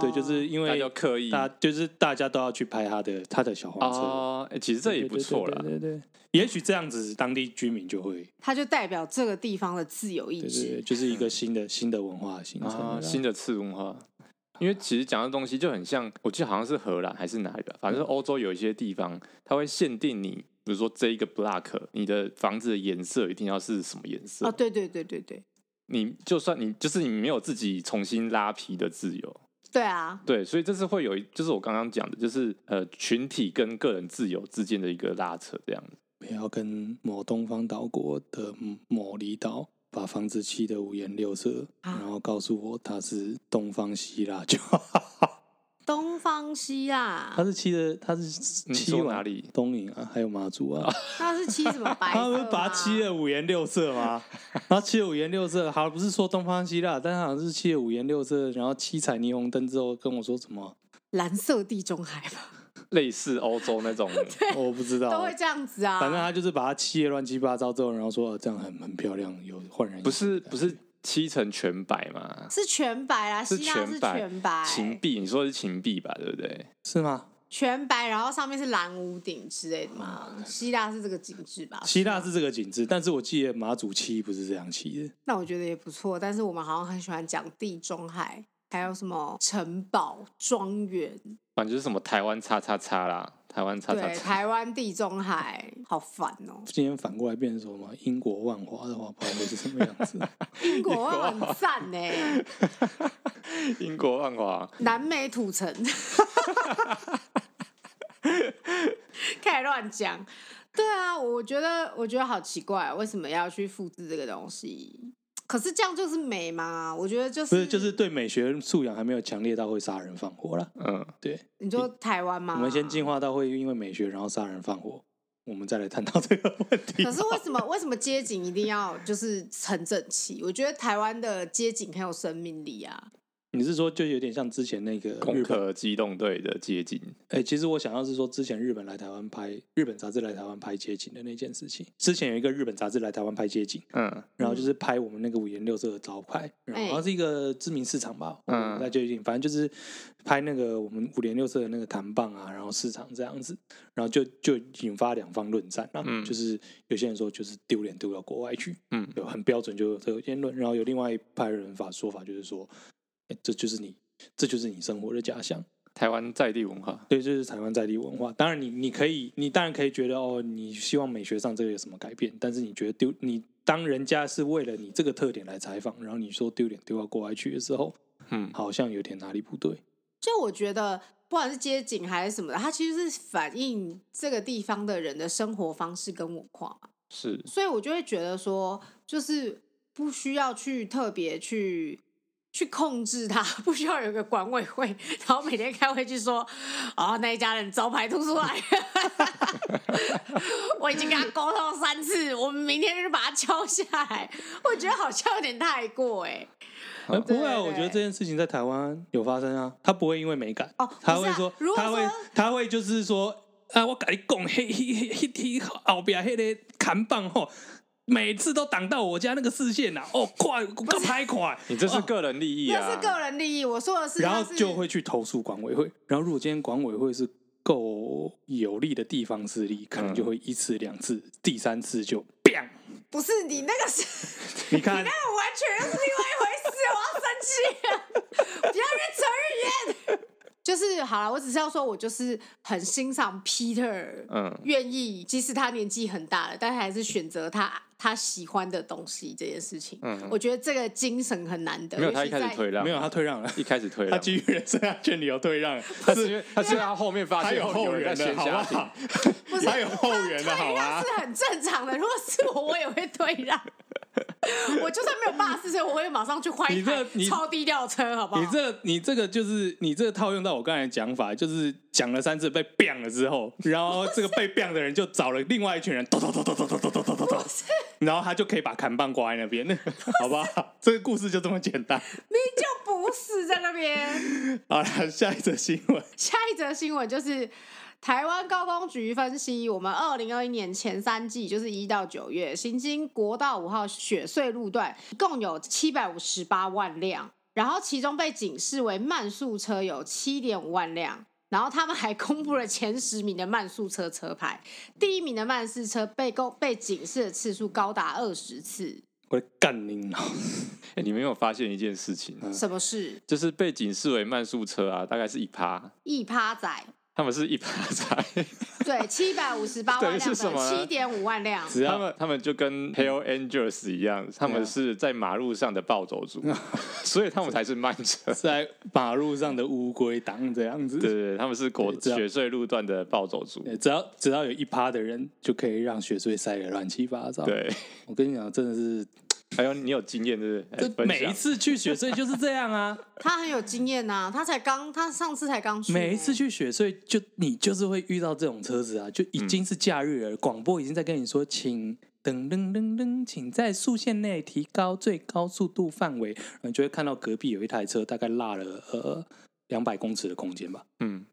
呃对，就是因
大家
为
就刻意
大就是大家都要去拍他的他的小黄车，
哦，哎其实这也不错
了。
啦。
对对对，也许这样子当地居民就会，
它就代表这个地方的自由意
对
志。
对对，就是一个新的新的文化形
啊，
成。
嗯新
的，
的次文化。因为其实讲的东西就很像，我记得好像是荷兰还是哪里吧，
嗯
反正是欧洲有一些地方，它会限定你，比如说这一个 block，你的房子的颜色一定要是什么颜色。
哦，
啊
对对对对对，
你就算你就是你没有自己重新拉皮的自由，
对啊，
对，所以这是会有一，就是我刚刚讲的，就是呃群体跟个人自由之间的一个拉扯这样子。
不要跟某东方岛国的某离岛把房子漆得五颜六色，
啊
然后告诉我它是东方希腊就好。
东方啊希腊
它，是漆的，它是漆
你说
完
哪里
东瀛啊，还有马祖啊，
那是漆什么白色 啊
他
吗？
不是把它漆的五颜六色吗？然后漆的五颜六色，好不是说东方希腊，但好像是漆的五颜六色，然后七彩霓虹灯之后跟我说什么，
蓝色地中海吧，
类似欧洲那 种
我不知道，
都会这样子啊。
反正他就是把它漆的乱七八糟之后，然后说、呃这样很很漂亮，有焕然一新
不是不是七成全白嘛？
是全白啦，希腊
全
是
白，
全白，
秦壁，你说的是秦壁吧？对不对？
是吗？
全白，然后上面是蓝屋顶之类的嘛。希腊是这个景致吧？
哦希腊
吗，
是这个景致，但是我记得马祖漆不是这样漆的，
那我觉得也不错，但是我们好像很喜欢讲地中海，还有什么城堡、庄园，
反正就是什么台湾叉叉叉啦，台湾叉叉
对，
叉。
台湾地中海，好烦 哦、
今天反过来变成什么英国万华的话，不知道会是什么样 子。
英国很赞呢、
英国万华，
南美土城， 开始乱讲。对啊，我觉得我觉得好奇怪，哦为什么要去复制这个东西？可是这样就是美吗？我觉得就是
不是，就是对美学素养还没有强烈到会杀人放火啦。
嗯，
对，
你说台湾吗？
我们先 进。化到会因为美学然后杀人放火，我们再来探讨这个问题
可。是为什么为什么街景一定要就是很整齐？我觉得台湾的街景很有生命力啊。
你是说就有点像之前那个
攻
日本？
壳机动队的街景，
哎、其实我想要是说之前日本来台湾拍日本杂志来台湾拍街景的那件事情。之前有一个日本杂志来台湾拍街景，
嗯，哎
然后就是拍我们那个五颜六色的招牌，然后好像是一个知名市场吧，我
嗯
不太确定，反正就是拍那个我们五颜六色的那个弹棒啊，然后市场这样子，然后就就引发两方论战啊，
嗯
就是有些人说就是丢脸丢到国外去，
嗯
有很标准就有这个言论，然后有另外一派人法说法就是说，哎，这就是你。这就是你生活的家乡，
台湾在地文化，
对，这就是台湾在地文化。当然你，你可以，你当然可以觉得哦，你希望美学上这个有什么改变，但是你觉得丢，你当人家是为了你这个特点来采访，然后你说丢脸丢到国外去的时候，
嗯，
好像有点哪里不对。
就我觉得，不管是街景还是什么的，它其实是反映这个地方的人的生活方式跟文化嘛。
是
所以我就会觉得说，就是不需要去特别去去控制它， 不需要有一个管委会，然后每天开会去说，啊、那一家人招牌吐出来， 我已经跟他沟通三次，我们明天就把它敲下来。我觉得好像有点太过哎、
呃不会啊，
对对
我觉得这件事情在台湾有发生啊，他不会因为美感，
哦
他
不是
会
啊
说，
如果
他会
说
他会就是说，啊，我跟你讲，嘿嘿嘿嘿，后边那个砍棒吼。每次都挡到我家那个视线呐、啊，哦，快，快拍快！
你这是
哦
个人利益啊，
那是个人利益，我说的是，
然后
它是
就会去投诉管委会。然后如果今天管委会是够有力的地方势力，
嗯
可能就会一次、两次、第三次 就 bang。
不是你那个是。
你看，
那完全又是另外一回事，我要生气了，不要去承认。就是好了，我只是要说，我就是很欣赏 Peter，
嗯
愿意，即使他年纪很大了，但还是选择他他喜欢的东西这件事情。
嗯
我觉得这个精神很难得。
没有
尤
他
其
一开
在
始退让，
没有他退 让了，
一开始退
他
让，
基于人身安全理由退让，
啊
他
他是因为他是因为他后面发
他
现
有后
人
援
在
的
先
好不
下
好
去，？
不是
他有后援的好啊
退让
吗？
是很正常的。如果是我，我也会退让。我就算没有八十岁，我会马上去换一
你这
台
你
超低调车，好不好
你？这你这个就是你这个套用到我刚才的讲法，就是讲了三次被 b 了之后，然后这个被 b 的人就找了另外一群人，咚咚咚咚咚咚咚咚咚咚，然后他就可以把砍棒挂在那边，好不好？这个故事就这么简单。
就不是在那边。
好了，下一则新闻，
下一则新闻就是。台湾高工局分析，我们二零二一年前三季，就是一到九月，行经国道五号雪隧路段，一共有七百五十八万辆，然后其中被警示为慢速车有七点五万辆，然后他们还公布了前十名的慢速车车牌，第一名的慢速车被公被警示的次数高达二十次，
我的干你脑！
哎，你们有没有发现一件事情，
什么事？
就是被警示为慢速车啊，大概是一趴，
一趴仔，
他们是一趴才，
对，七百五十八万
等
辆
于是什么
的七
呢
点五万辆，
只
他
要啊
们他们就跟 Hell Angels 一样，他们是在马路上的暴走 族，所以他们才是慢车。
在马路上的乌龟党这样子，
对对，对他们是国
对这样
雪隧路段的暴走族。
对只要只要有一趴的人，就可以让雪穗塞得乱七八糟。，
对，
我跟你讲，真的是，
还有你有经验对不对？
这
哎分
每一
享
次去雪穗就是这样啊。
他很有经验呐、他才刚，他上次才刚去、欸
每一次去雪隧，就你就是会遇到这种车子啊，就已
嗯
经是假日了，广、播已经在跟你说，请噔噔噔噔，请在速限内提高最高速度范围，然后你就会看到隔壁有一台车，大概落了呃两百公尺的空间吧，
嗯，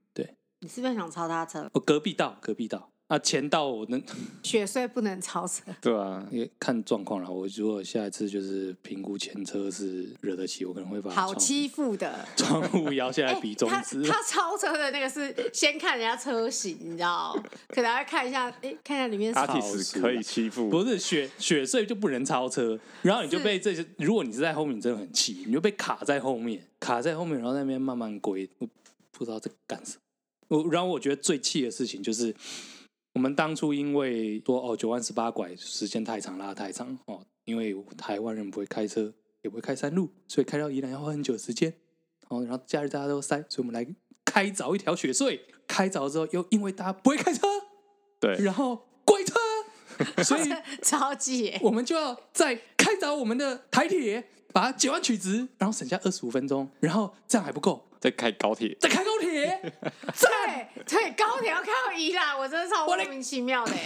你是不是很想超他车？
哦，隔壁道，隔壁道。啊，前道我能，
雪隧不能超车，
对啊
也看状况了。我如果下一次就是评估前车是惹得起，我可能会把
好
窗
欺负的。
窗户摇下
哎
来比中
他
指。
他超车的那个是先看人家车型，你知道，可能还看一下，哎、看一下里面是
阿
他
提斯可以欺负，
啊不是雪雪隧就不能超车，然后你就被这些，如果你是在后面，你真的很气，你就被卡在后面，卡在后面，然后在那边慢慢归，我不知道在干什么。我然后我觉得最气的事情就是，我们当初因为说哦九弯十八拐时间太长拉太长哦，因为台湾人不会开车，也不会开山路，所以开到宜兰要花很久的时间。哦，然后假日大家都塞，所以我们来开凿一条雪隧。开凿之后，又因为大家不会开车，
对，
然后贵车，所以
超级耶、
我们就要再开凿我们的台铁，把它截完取直，然后省下二十五分钟，然后这样还不够，
在开高铁，
再开高铁。
对对，高铁要开到宜兰，我真的超
我
莫
的
名其妙的、哎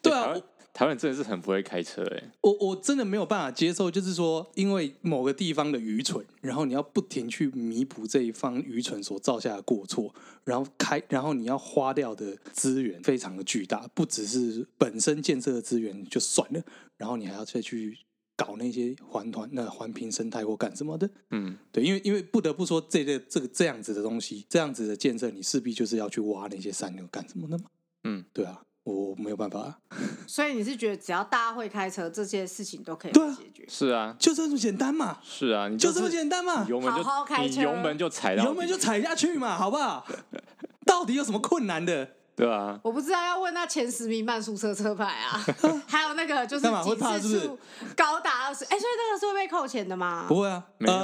对
台
啊
湾，台湾人真的是很不会开车哎，
我我我真的没有办法接受，就是说因为某个地方的愚蠢，然后你要不停去弥补这一方愚蠢所造下的过错，然后开，然后你要花掉的资源非常的巨大，不只是本身建设的资源就算了，然后你还要再去搞那些环团、那环评生态或干什么的，
嗯，
对，因为因为不得不说，这个这个这样子的东西，这样子的建设，你势必就是要去挖那些山牛干什么的嘛。
嗯，
对啊，我我没有办法，
所以你是觉得只要大家会开车，这些事情都可以
对啊
解决？
是啊，
就这么简单嘛，
是啊，你
就是这么简单嘛
你，油门就
好好开
你
车
油门就踩到底，
油门就踩下去嘛，好不好？ 到底有什么困难的？
对啊，
我不知道要问那前十名慢速车车牌 啊，还有那个就是
干嘛会
警
怕是不
示
是
数高达二十，哎，所以那个是会被扣钱的吗？
不会啊，
没有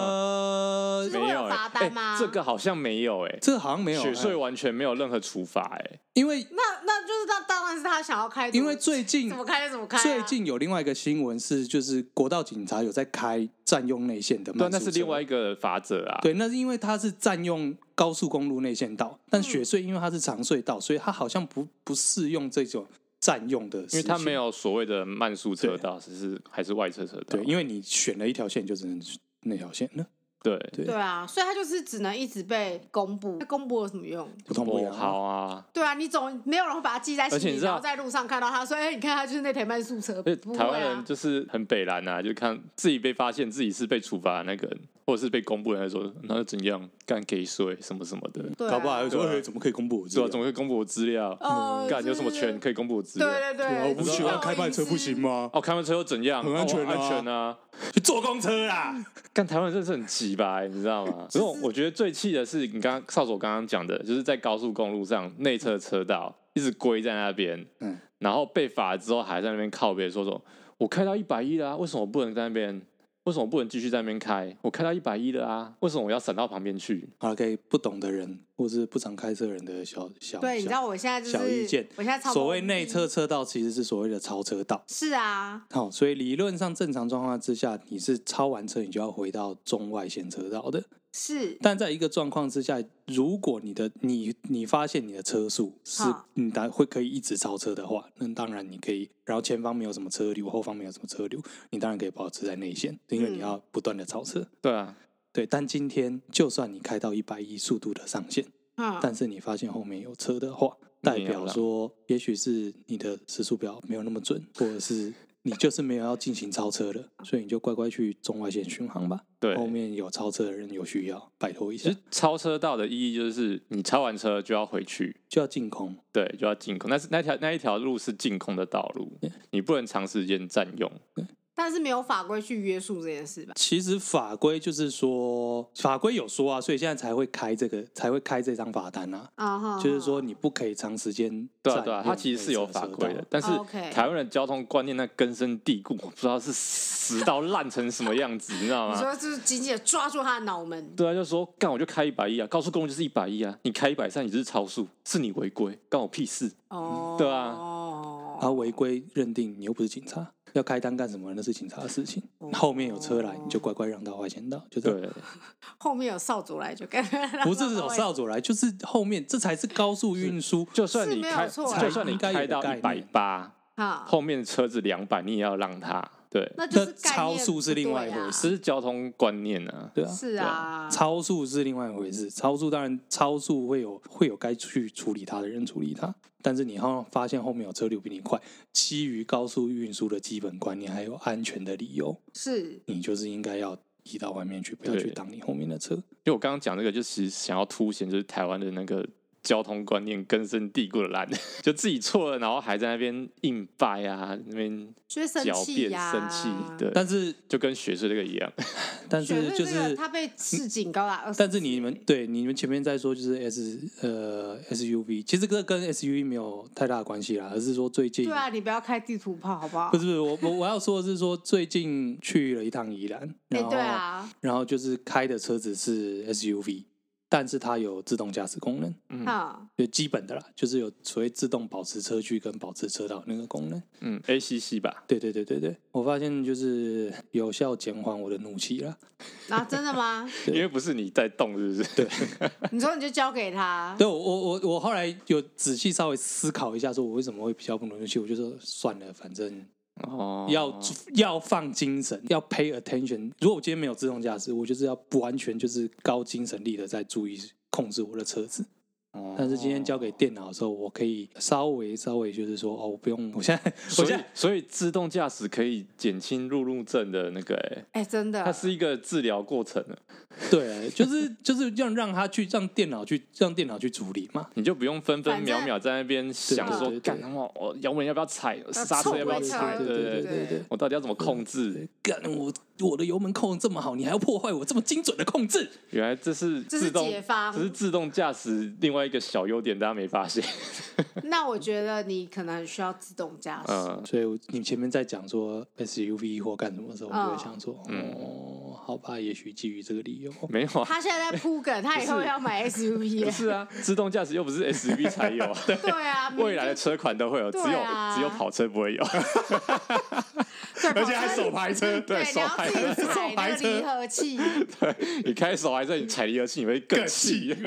呃
就是
没
会
有
有
哎
罚单
哎
吗
这个好像没有哎，
这个好像没有
雪
哎
隧完全没有任何处罚哎，
因为
那那就是那当然是他想要开，
因为最近
怎么开就怎么开、啊。
最近有另外一个新闻是，就是国道警察有在开占用内线的
对啊，
嗯慢
那
速
是
车
另外一个法则啊，
对，那是因为它是占用高速公路内线道，但雪隧因为它是长隧道，所以它好像不不适用这种占用的，
因为它没
有
有所谓的慢速车道，只是还是外侧车道。
对，因为你选了一条线，就只能那条线，那
对，
对
对啊，所以他就是只能一直被公布，那公布有什么用？
不痛不痒。
哦好啊。
对啊，你总没有人会把他记在
而且
心
你
里，
知道
然后在路上看到他说：“哎、你看他就是那台慢速车。”
呃
而且
不会
台湾人
啊，
就是很北蓝啊，就看自己被发现自己是被处罚的那个人，或者是被公布的那说，那又怎样干给税什么什么的，
对啊
搞不好还会说，嗯
对啊
哎，怎么可以公布我
是
这
吧？
个？
怎么会公布我资料？
呃，
干
就是
有什么权？可以公布我资
对
料？
对对，
对啊我不
知道
喜欢开慢车，
意思
不行吗？
哦，开完车又怎样？
很安全啊
哦安全啊！
去坐公车啊啦！
干台湾人真的是很奇葩，你知 道吗？然后我觉得最气的是你刚刚少佐刚刚讲的，就是在高速公路上内侧车道一直归在那边，
嗯
然后被罚之后还在那边靠边说说，我开到一百一了啊，为什么我不能在那边？为什么我不能继续在那边开？我开到一百一了啊，为什么我要闪到旁边去？
好了，给不懂的人，或是不常开车人的小小
对，你知道我现在就是
小意见
我现在超
所谓内
车
侧车道其实是所谓的超车道。
是啊，
好、所以理论上正常状况之下，你是超完车，你就要回到中外线车道的。
是
但在一个状况之下，如果你的你你发现你的车速是
好
你当会可以一直超车的话，那当然你可以，然后前方没有什么车流，后方没有什么车流，你当然可以保持在内线，因为
嗯
你要不断的超车。
对啊，
对，但今天就算你开到一百一速度的上限，
嗯，
但是你发现后面有车的话，代
没有
表
了
说，也许是你的时速表没有那么准，或者是你就是没有要进行超车了，所以你就乖乖去中外线巡航吧。
对。
后面有超车的人有需要，拜托一
其
下
实，超车道的意义就是你超完车就要回去，
就要进空。
对，就要净空。但是那条那一条路是净空的道路，你不能长时间占用。
但是没有法规去约束这件事吧？
其实法规就是说，法规有说啊，所以现在才会开这个，才会开这张罚单啊。
啊哈，
就是说，你不可以长时间
对啊，
占
对啊，
用
它其实是有
内侧
法
车
规
道
的，但是
哦 OK
台湾的交通观念那根深蒂固，我不知道是死到烂成什么样子，你知道
啊
你
吗？
说就是紧紧的抓住他的脑门，
嗯
对啊，就说干我就开一百一啊，高速公路就是一百一啊，你开一百三你就是超速，是你违规，关我屁事。
哦，
对啊
然后
哦，
违规认定你又不是警察，要开单干什么？那是警察的事情。后面有车来，你就乖乖让道外线道，就这样。
对，
后面有扫帚来就跟
不是有少佐来，就是后面这才是高速运输。
就算
是
你
没有
开，
错啊
就算你
应该有
开
的
到
概
一百
念
八，
哈，
后面车子两百，你也要让它。对，
那就是
那
概念
超速是
不对
另外一
啊
回事
这是交通观念啊。
对啊，
是啊，
超速是另外一回事。超速当然，超速会有会有该去处理它的人处理它，但是你要发现后面有车流比你快，基于高速运输的基本观念还有安全的理由，
是
你就是应该要移到外面去，不要
对
去挡你后面的车。
因为我刚刚讲这个，就其实想要凸显就是台湾的那个交通观念根深蒂固的 烂，就自己错了，然后还在那边硬掰啊，那边
就会生
狡
气
辩
呀，
生气，对，
但是
就跟学士这个一 样，
但
选
是
瑞
就
这个
是嗯
他被市警高达二，
但是你们对你们前面在说就是 S 呃 SUV，其实这跟 SUV 没有太大的关系啦，而是说最近
对啊，你不要开地图炮好不好？
不是不是我我我要说的是说最近去了一趟宜兰，
哎，
然后、
对啊，
然后就是开的车子是 SUV，但是它有自动驾驶功能，
嗯
哈，
就基本的啦，就是有所谓自动保持车距跟保持车道那个功能。
嗯，ACC 吧，
对对对对对，我发现就是有效减缓我的怒气啦。
那真的 吗？
对
因为不是你在动，是不是？对，
你说你就交给他，
对我我我我后来有仔细稍微思考一下，说我为什么会比较不能去，我就说算了，反正
哦，
要、要放精神，要 pay attention。如果我今天没有自动驾驶，我就是要完全就是高精神力的在注意控制我的车子。
哦
但是今天交给电脑的时候，我可以稍微稍微就是说哦，我不用，我现在我
所
现
以
在，
所以自动驾驶可以减轻路怒症的那个、欸，
哎，真的
它，是一个治疗过程的，
对，就是就是要让他去让电脑去让电脑去处理嘛。
你就不用分分
反正
秒秒在那边想
对
说，
对对
干他妈，我油门要不要踩，刹车要不要
对
踩，
对
对
对
对
对
对，
对对
我到底要怎么控制？
干我我的油门控得这么好，你还要破坏我这么精准的控制？
原来这是
这是
自动，
解方
这。是自动驾驶另外一个小优点，大家没发现。
那我觉得你可能很需要自动驾驶，
嗯，
所以我你前面在讲说 SUV 或干什么的时候，我就
嗯
会想说，哦，好吧，也许基于这个理由，
没有啊，
他现在在 铺梗，他以后要买 SUV，
不
耶
是 啊，自动驾驶又不是 SUV 才有啊，
对啊，明明
未来的
就
车款都会有，只
对
有
啊
只有跑车不会有，
对
而且还
跑车
手排车，
对，你
手
要
排
自己
车，
踩
手
那
排
个离
车，
合器。
你开手排车，你踩离合器，你会更气。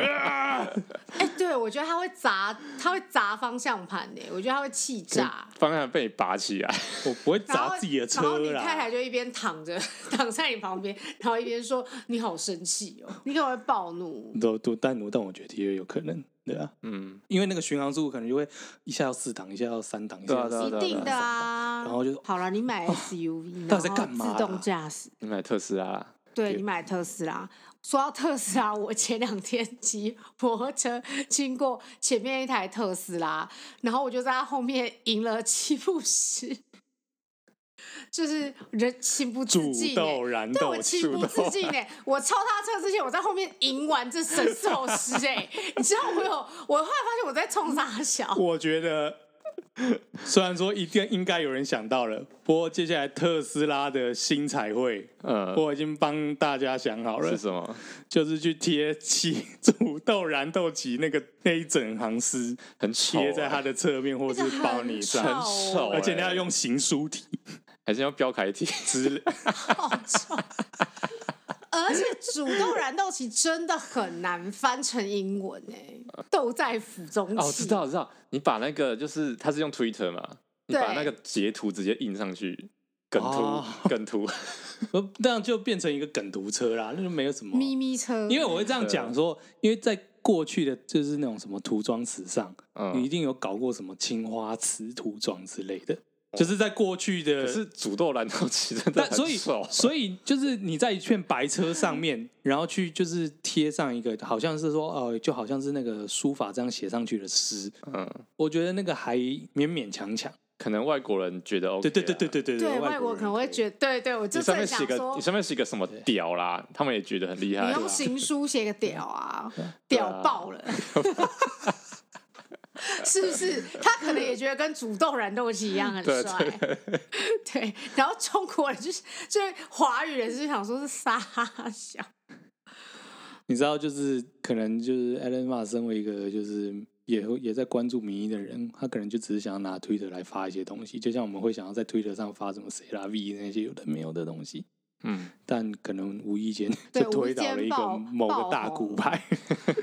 哎，对，我觉得他会砸，他会砸方向盘的，我觉得他会气炸。
方向盘被你拔起来，
我不会
然后
砸自己的
然后你
车
太
啦。
太就一边躺着，躺在你旁边，然后一边说：“你好生气哦，你可能会暴怒。
都都，但我但我觉得也有可能，对啊，
嗯，
因为那个巡航速度可能就会一下要四档，一下要三档，一下要
对啊
四
一
档
定的啊。
然后就
好了，你买
哦
SUV，
到底在干嘛
然
啦
后自动驾驶，
你买特斯拉啦，
对你买特斯拉。说到特斯拉，我前两天骑摩托车经过前面一台特斯拉，然后我就在他后面赢了七步诗，就是人情不自
煮
禁、欸
豆。燃
对我
豆，
情不自禁哎、我超他车之前，我在后面赢完这神欸 兽师哎、你知道我有，我后来发现我在冲啥小，
我觉得 虽然说一定应该有人想到了，不过接下来特斯拉的新彩绘，
呃，
我已经帮大家想好了
是，什么？
就是去贴漆土豆燃豆萁那个那一整行诗，
很丑、
贴在
欸，
它的侧面或者是包你
哎很
上，
丑
而且你要
欸
用行书体
还是要标楷体？
之类。
好丑。 而且主动燃豆萁真的很难翻成英文哎、豆在釜中泣。
哦，我知道，我知道，你把那个就是它是用 Twitter 嘛，你
对
把那个截图直接印上去，梗图、
哦
梗图，
呃这样就变成一个梗图车啦，那就没有什么。
咪咪车，
因为我会这样讲说，因为在过去的就是那种什么涂装时尚，你一
嗯，
定有搞过什么青花瓷涂装之类的，就是在过去的。
哦可是煮豆燃豆萁真的
但
很
所以
丑，
所以就是你在一片白车上面，然后去就是贴上一个，好像是说呃，就好像是那个书法这样写上去的诗，
嗯，
我觉得那个还勉勉强强。
可能外国人觉得 OK，
对对对对
啦。
对对
对
外
外国
人
可能会
以
觉得，对对，我就
你
是
上
很
面
想
写个，
说
你，上面写个什么屌啦，他们也觉得很厉害
你
啊。
用行书写个屌啊，屌爆 了，是不是？他可能也觉得跟主动燃豆萁一样很
对
帅， 对。然后中国人就是，就是华语人是想说是傻笑，
你知道，就是可能就是 Elon Musk 身为一个就是也会也在关注民意的人，他可能就只是想要拿 Twitter 来发一些东西，就像我们会想要在 Twitter 上发什么谁啦 V 那些有的没有的东西，
嗯，
但可能无意间
对
就推倒了一
无意间
个
爆
某个大
爆红
骨牌，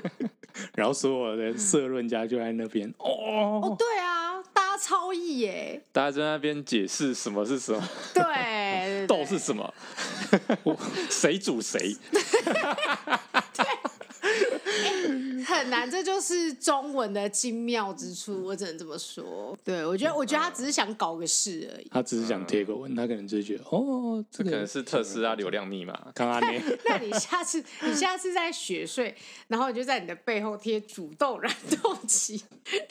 然后所有的社论家就在那边
哦
哦，，
对啊，大家超意耶，
大家在那边解释什么是什么，
对 对，对
豆是什么，我 谁煮谁，
很难，这就是中文的精妙之处，我只能这么说。嗯对我觉得，我觉得他只是想搞个事而已。
他只是想贴个文，他可能就觉得哦，这
这可
个
能是特斯拉流量密码。
刚刚 那
那你下次，你下次在雪睡，然后你就在你的背后贴主动燃豆萁，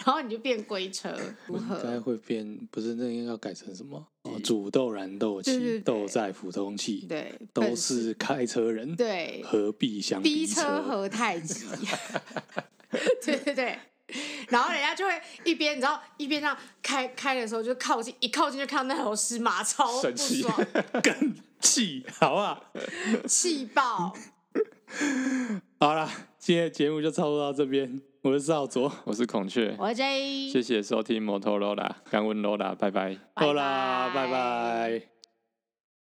然后你就变龟车，如
应该
何？
会变，不是那应该要改成什么？哦，煮豆燃豆
对
萁，
对对
豆在釜中泣。
对，
都
笨
是开车人，
对
何必相
逼
车
车？和 太极，对对对。然后人家就会一边你知道一边这样开开的时候，就靠近一靠近就看到那头狮马，超不
生气
爽，
更气，好啊不好？
气爆。
好啦，今天的节目就差不多到这边。我是少佐，
我是孔雀，
我是 J，
谢谢收听摩托罗拉，感恩罗拉，拜拜。
拜
好啦，拜拜。